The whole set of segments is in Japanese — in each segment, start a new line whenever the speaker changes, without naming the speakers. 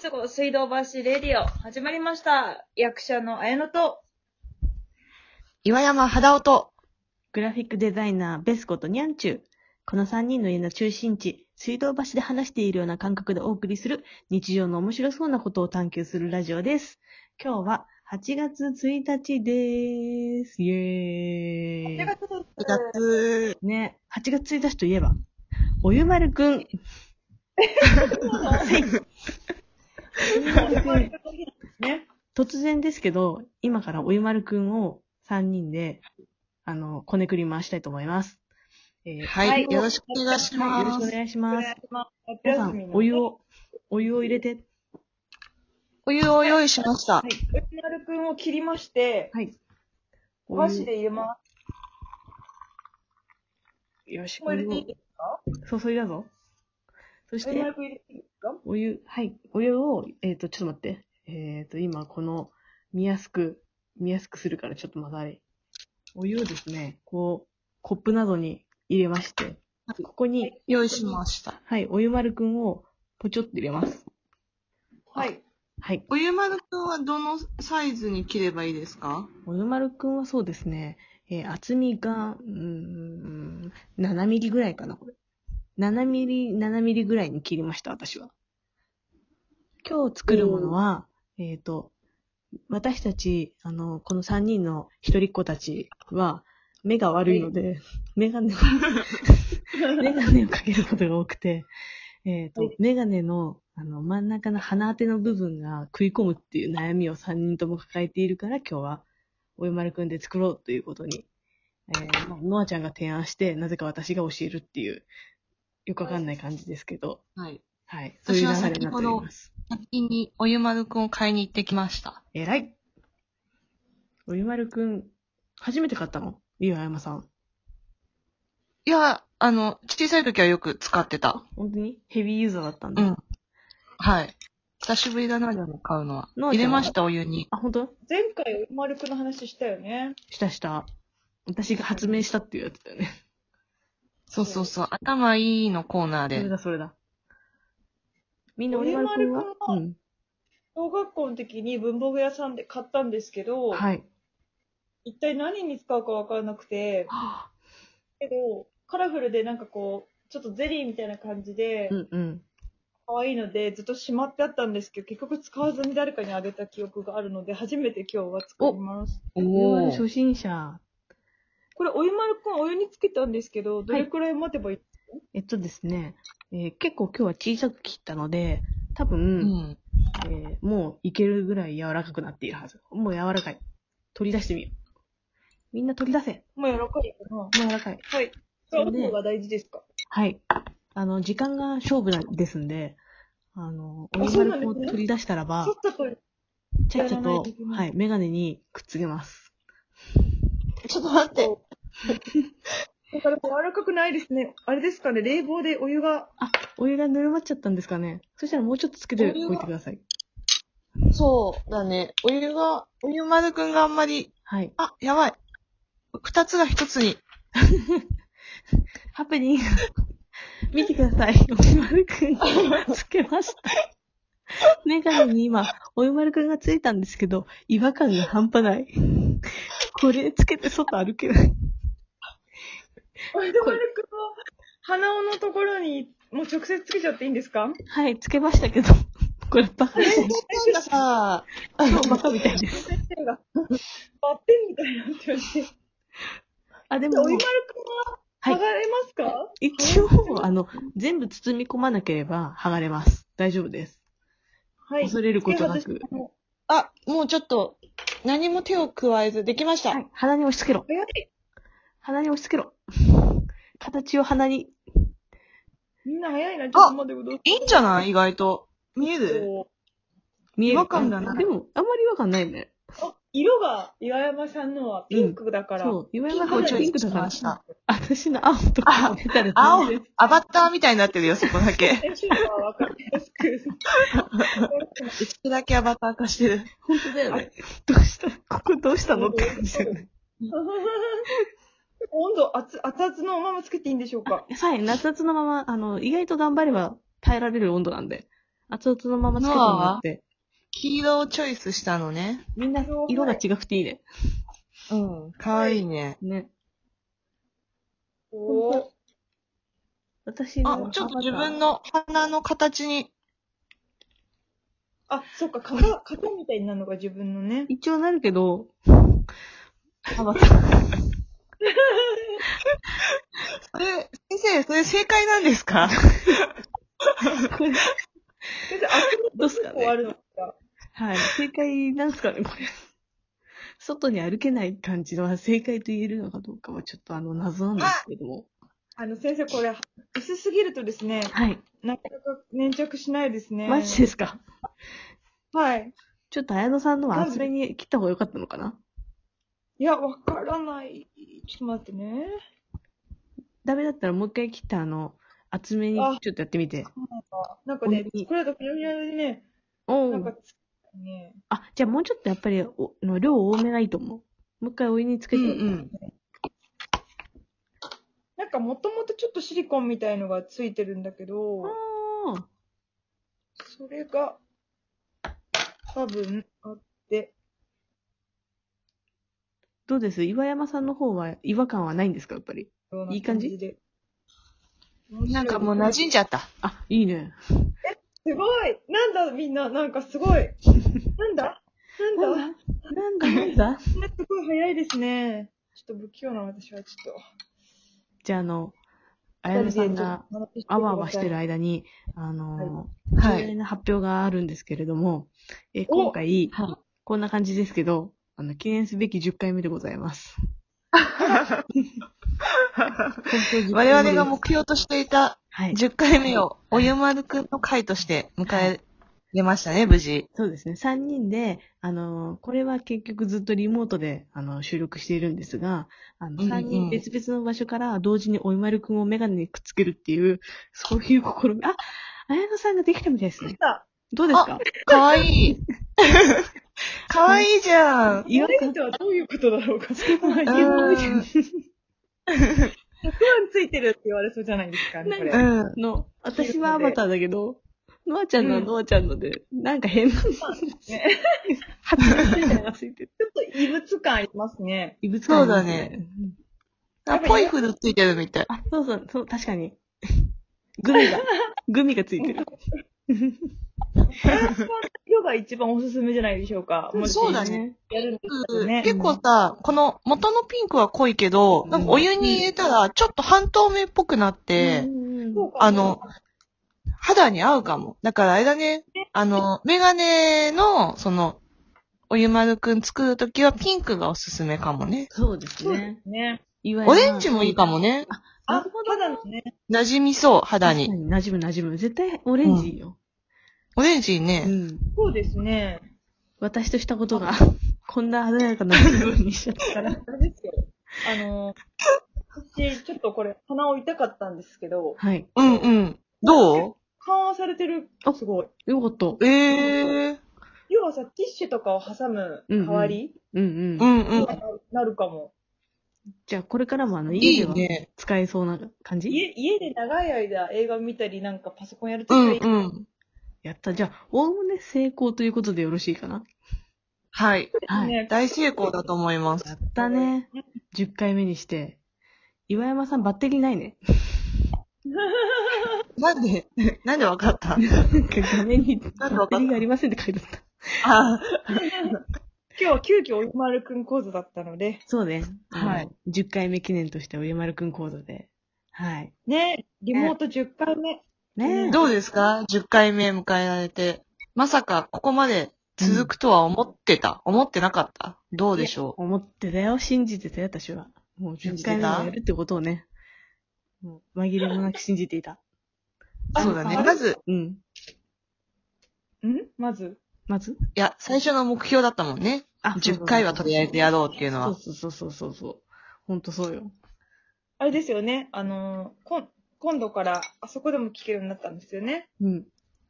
そこ水道橋レディオ始まりました。役者の綾乃と、
岩山肌音と、
グラフィックデザイナー、ベスコとニャンチュー。この3人の家の中心地、水道橋で話しているような感覚でお送りする、日常の面白そうなことを探求するラジオです。今日は8月1日です。イ
8
エー
月1
2月、
イ。ね、8月1日といえば、おゆまるくん。
日
ね、突然ですけど、今からおゆまるくんを3人で、あの、こねくり回したいと思います。えー
はい、
はい
よろしくお願いし
はい、よろ
ま
しくお
す。
願いします。皆
皆
さ
さ
ん
ん、、
お湯
を。
を、お湯を入れて。
お湯を用意しました。
うちなるくんを切りまして、
はい。
お箸で入れま
お湯。よし、
す。もう
お
入
湯
れていい
を
です
注いだぞ。そし
かうちな
て
る、くん入れていいですか
お湯、はい。お湯を、えっ、と、ちょっと待って。えっ、と、今、この、見やすく、見やすくするから、ちょっとまだあれ。お湯をですね、こう、コップなどに入れまして、ここに、
用意しました。
はい、お湯丸くんを、ポチョって入れます。
はい。
はい。
お湯丸くんはどのサイズに切ればいいですか
おゆまるくんはそうですね、えー厚みが、うーん、7ミリぐらいかな、これ。7ミリ、7ミリぐらいに切りました、私は。今日作るものは、えっ、と、私たち、あの、この3人の一人っ子たちは、目が悪いので、メガネを、メガネをかけることが多く て、えっ、と、メガネの、あの、真ん中の鼻当ての部分が食い込むっていう悩みを3人とも抱えているから、今日は、おゆまるくんで作ろうということに、えー、まあノアちゃんが提案して、なぜか私が教えるっていう、よくわかんない感じですけど、
はい。
はい。そう
私
いう
は
流れになっております。
先にお湯丸くんを買いに行ってきました。
えらいおゆまるくん、初めて買ったの岩山さん。
いや、あの、小さい時はよく使ってた。
本当にヘビーユーザーだったん
う
だ。
ん。はい。久しぶりだな、でも買うのは。
のあちゃんは
入れました、お湯に。
あ、本当
前回、うまるくんの話したよね。
したした。私が発明したっていうやつだよね。
そうそうそう。頭いいのコーナー
それ
で。
だ、それだ。みんなおゆまるくんは
おゆ
ん。
小学校の時に文房具屋さんで買ったんですけど、
はい。
一体何に使うかわからなくて、けど、カラフルでなんかこう、ちょっとゼリーみたいな感じで
う、んうん。
可愛いので、ずっとしまってあったんですけど、結局使わずに誰かにあげた記憶があるので、初めて今日は作ります。
おゆまる
ー
初心者。
これ、お湯丸くん、お湯につけたんですけど、どれくらい待てばいい、
えっとですね、えー結構今日は小さく切ったので、多分、
うん。
えーもういけるぐらい柔らかくなっているはず。もう柔らかい。取り出してみよう。みんな取り出せ。も
もう柔らかいかな。
う柔らかい。
はい。そ
そう
れ
ね
音が大事ですか、
はい。あの、時間が勝負なんですんで、あの、
あ
オリジ
そうな
ナ
んで
ル
す
を
ね
取り出したらば
そ、っとこれ、
ちゃっちゃ
やらない
と
といけ、な
はいい、メガネにくっつけます。
ちょっと待っ
こうだから柔らかくないですね。あれですかね、冷房でお湯が。
あ、お湯がぬるまっちゃったんですかね。そしたらもうちょっとつけて
お湯が
おいてください。
そうだね。お湯が、お湯丸くんがあんまり、
はい。
あ、やばい。二つが一つに。
ハプニング。 見てください。おゆまるくんにつけました。 メガネに今、おゆまるくんがついたんですけど、違和感が半端ない。 これつけて外歩けない。
お湯丸くんは、鼻緒のところに、もう直接つけちゃっていいんですか
はい、つけましたけど、 これバカみたい。
なんかさ、
バカみたいです。
先生が、バッテンみたいになってまして。
あ、で
お
も
湯、丸くん
は
はい剥がれますか、
一応、あの、全部包み込まなければ剥がれます。大丈夫です。
は
恐れることなく。
あ、もうちょっと、何も手を加えずできました。
はい、鼻に押し付けろ。
早い。
鼻に押し付けろ。形を鼻に。
みんな早いな。ちょっと待ってくださ
いいんじゃない意外と。見え
い
る
こ
見える。
違和感がない
でも、あんまり違和感ないね。
う。あ、色が岩山さんのはピンクだから。
そう、岩
ピン
山
ク
さ
を
ん
チョ
ピ
イ
ンク
ス
だ
し
から
まし。た。
私の青とか出たら
青
全然、
アバターみたいになってるよ、そこだけ。
先週のはわかりやすく。
うちだけアバター化してる。
本当だよね。どうしたここどうしたのって感じだよ ね。
温度熱、熱々のままつけていいんでしょうか
さえ、夏々のまま、あの、意外と頑張れば耐えられる温度なんで。熱々のままつけてもらって。
黄色をチョイスしたのね。
みんな色が違くていいね。
うん。かわいいね。
ね。
おー
私の
あ、ちょっと
アバ
自
ター
分の鼻の形に。
あ、そっか、型、型みたいになるのが自分のね。
一応なるけど、
アバターそれ、先生、それ正解なんですか
先生、あ
どうすか
そこあ
ね。
るのか。
はい。正解なんすかね、これ。外に歩けない感じの正解と言えるのかどうかはちょっとあの謎なんですけども。
あの、先生、これ、薄すぎるとですね、
はい。
なかなか粘着しないですね。
マジですか。
はい。
ちょっと綾野さんのは厚めに切った方が良かったのかない
や、わからない。ちょっと待ってね。
ダメだったらもう一回切ったあの、厚めにちょっとやってみて。
なんかね、
本当に
これだとふにゃふにゃでね、
お
なん
う
かつ、ね、
あ、じゃあもうちょっとやっぱりおの量多めがいいと思う。もう一回お湯につけ
う
て。
んうん。
なんかもともとちょっとシリコンみたいのがついてるんだけど、
あー
それが、多分、あって、
どうです岩山さんの方は違和感はないんですかやっぱり。
ようない
い感じ
で。
なんかもう馴染んじゃった。
あ、いいね。
すごいなんだみんな、なんかすごいなんだなんだ
なんだなんだ
みんなすごい早いですね。ちょっと不器用な私はちょっと。
じゃああの、綾野さんがあわあわしてる
い。
間に、あのー、
はい
重大な発表があるんですけれども、え
お
今回、
はい
こんな感じですけど、あの、記念すべき10回目でござ います。
我々が目標としていた
はい。
10回目をおゆまるくんの回として迎えれましたね、無事。
そうですね。3人で、あのーこれは結局ずっとリモートで、あの、収録しているんですが、あの、
うんうん
3人別々の場所から同時においまるくんをメガネにくっつけるっていう、そういう試み。あ、綾野さんができたみたいですね。
た
どうですか
かわい い。かわいいじゃん。
言われてはどういうことだろうか。不安
うーん
ついてるって言われそうじゃないですか、ね、これ。
うん。
の、私はアバターだけど、ノアちゃんのはノアちゃんので、なんか変な、
ね
発明みたいなのがついてる。
ちょっと異物感ありますね。
異物
感あり
だ
ます
ね
ね。
うん
あ、ポイフルついてるみたい。
あ、そうそう、そう、確かに。 グミが、グミがついてる。
色が一番おすすめじゃないでしょうか。もし
そうだね。
やるんですけどね。
結構さ、この元のピンクは濃いけど、なんかお湯に入れたらちょっと半透明っぽくなって、
そうか
あの、肌に合うかも。だからあれだね、あの、メガネの、その、おゆまるくん作るときはピンクがおすすめかもね。
そうです
そうで
ね。
すね。
いわゆる
オレンジもいいかもね。
あ、肌のね。
馴染みそう、肌
確か
に。
に、馴染む馴染む。絶対オレンジいいよ。
オレンジいいね。
うん。
そうですね。
私としたことが、こんな華やかな気分にしちゃったから。
あれですよ。あの、私、ちょっとこれ、鼻を痛かったんですけど、
はい。
うんうん。ど
緩和されてる、すごい。
よかった。
うええー。
要はさ、ティッシュとかを挟む代わり、
うんう。
うんんうん。
なるかも。
じゃあ、これからもあの、
い
家
い
では
ね。
使えそうな感じ
家、家で長い間映画見たり、なんかパソコンやると
う
き に、
んうん。
やった。じゃあ、おおむね成功ということでよろしいかな
はい。
はい。や
ね、
大成功だと思います。
ったね。10回目にして。岩山さんバッテリーないね。
なんで、 なんでわかった
なんか画面にバ
なんかわ
ッ
か
テ
った
リーがありませんって書いてあった。
あ
今日は急遽おゆまるくん講座だったので、
そうね。
はい
あの。10回目記念として、おゆまるくんコードで。はい。
ね、リモート10回目。
ねえ。
どうですか ?10 回目迎えられて。まさかここまで続くとは思ってた、思ってなかったどうでしょう
思ってたよ。信じてたよ、私は。もう
信
10
じてた
回目もやるってことをね。もう紛れもなく信じていた。
あ
そうだね。
あ
まず、
うん。
んまず。
まず
いや、最初の目標だったもんね。
あ
10回はとりあえずやろうっていうのは。
そうそうそうそうそう。ほんとそうよ。
あれですよね、あのー、こん、今度から、あそこでも聞けるようになったんですよね。
うん。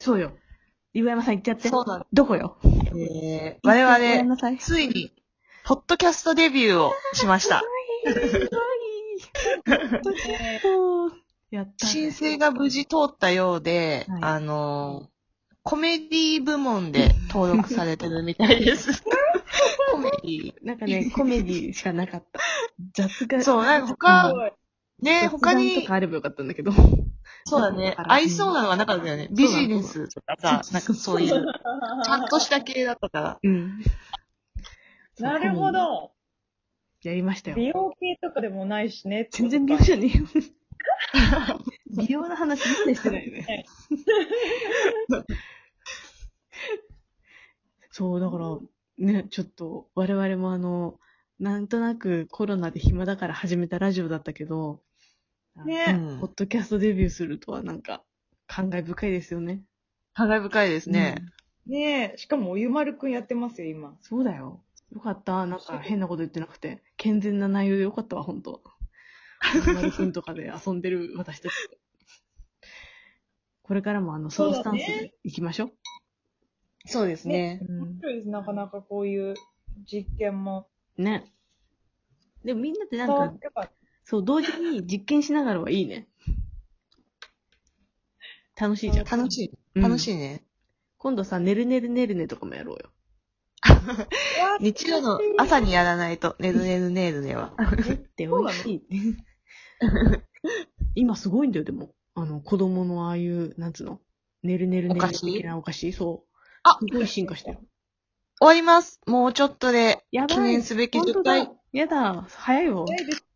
そうよ。岩山さん行っちゃって。
そうなん
どこよ
えー、
ごめん
我
な さい
々、。ついに、ポッドキャストデビューをしました。
えー
そうやったね。
申請が無事通ったようで、
はい
あのーコメディ部門で登録されてるみたいです。コメディ。
なんかね、コメディしかなかった。 雑が、
そう、なんか
す
他、
ごい。
ね、他
雑談と
に
か、あればよかったんだけど。
そうだね、合いそうなのはなかったよね。
そう
ビ
なの
ジネスとかさ、
そう
なんかそういう、ちゃんとした系だったから。
うん。
なるほど。
やりましたよ。
美容系とかでもないしね。
全然美容じゃねえよ。美容の話一切してないよね。 そう、だから、ね、ちょっと、我々もあの、なんとなくコロナで暇だから始めたラジオだったけど、
ね
うん
ポッドキャストデビューするとはなんか、感慨深いですよね。
感慨深いですね。
うん
ねえ、しかもおゆまるくんやってますよ、今。
そうだよ。よかった。なんか変なこと言ってなくて、健全な内容でよかったわ、ほんと。丸くんとかで遊んでる私たち。これからもあの、そのスタンス
そうだ
で行きましょう。
そうですね。
うん
そうです、なかなかこういう実験も。
ね。でもみんなってなん
伝わ
か
っ、てか
そう、同時に実験しながらはいいね。楽しいじゃん。
楽し
う
い。
ん
楽しいね。
今度さ、ねるねるねるねとかもやろうよ。
わー
日曜の朝にやらないと、ねるねるねるねは。
ねって美味しい。今すごいんだよ、でも。あの、子供のああいう、なんつうのねるねるね
お
る
菓子
的なお菓子そう。
あ
すごい進化してる。
終わります。もうちょっとで
やばい
記念すべき
本当
10
だ
回。
やだ、早いよ。
早いです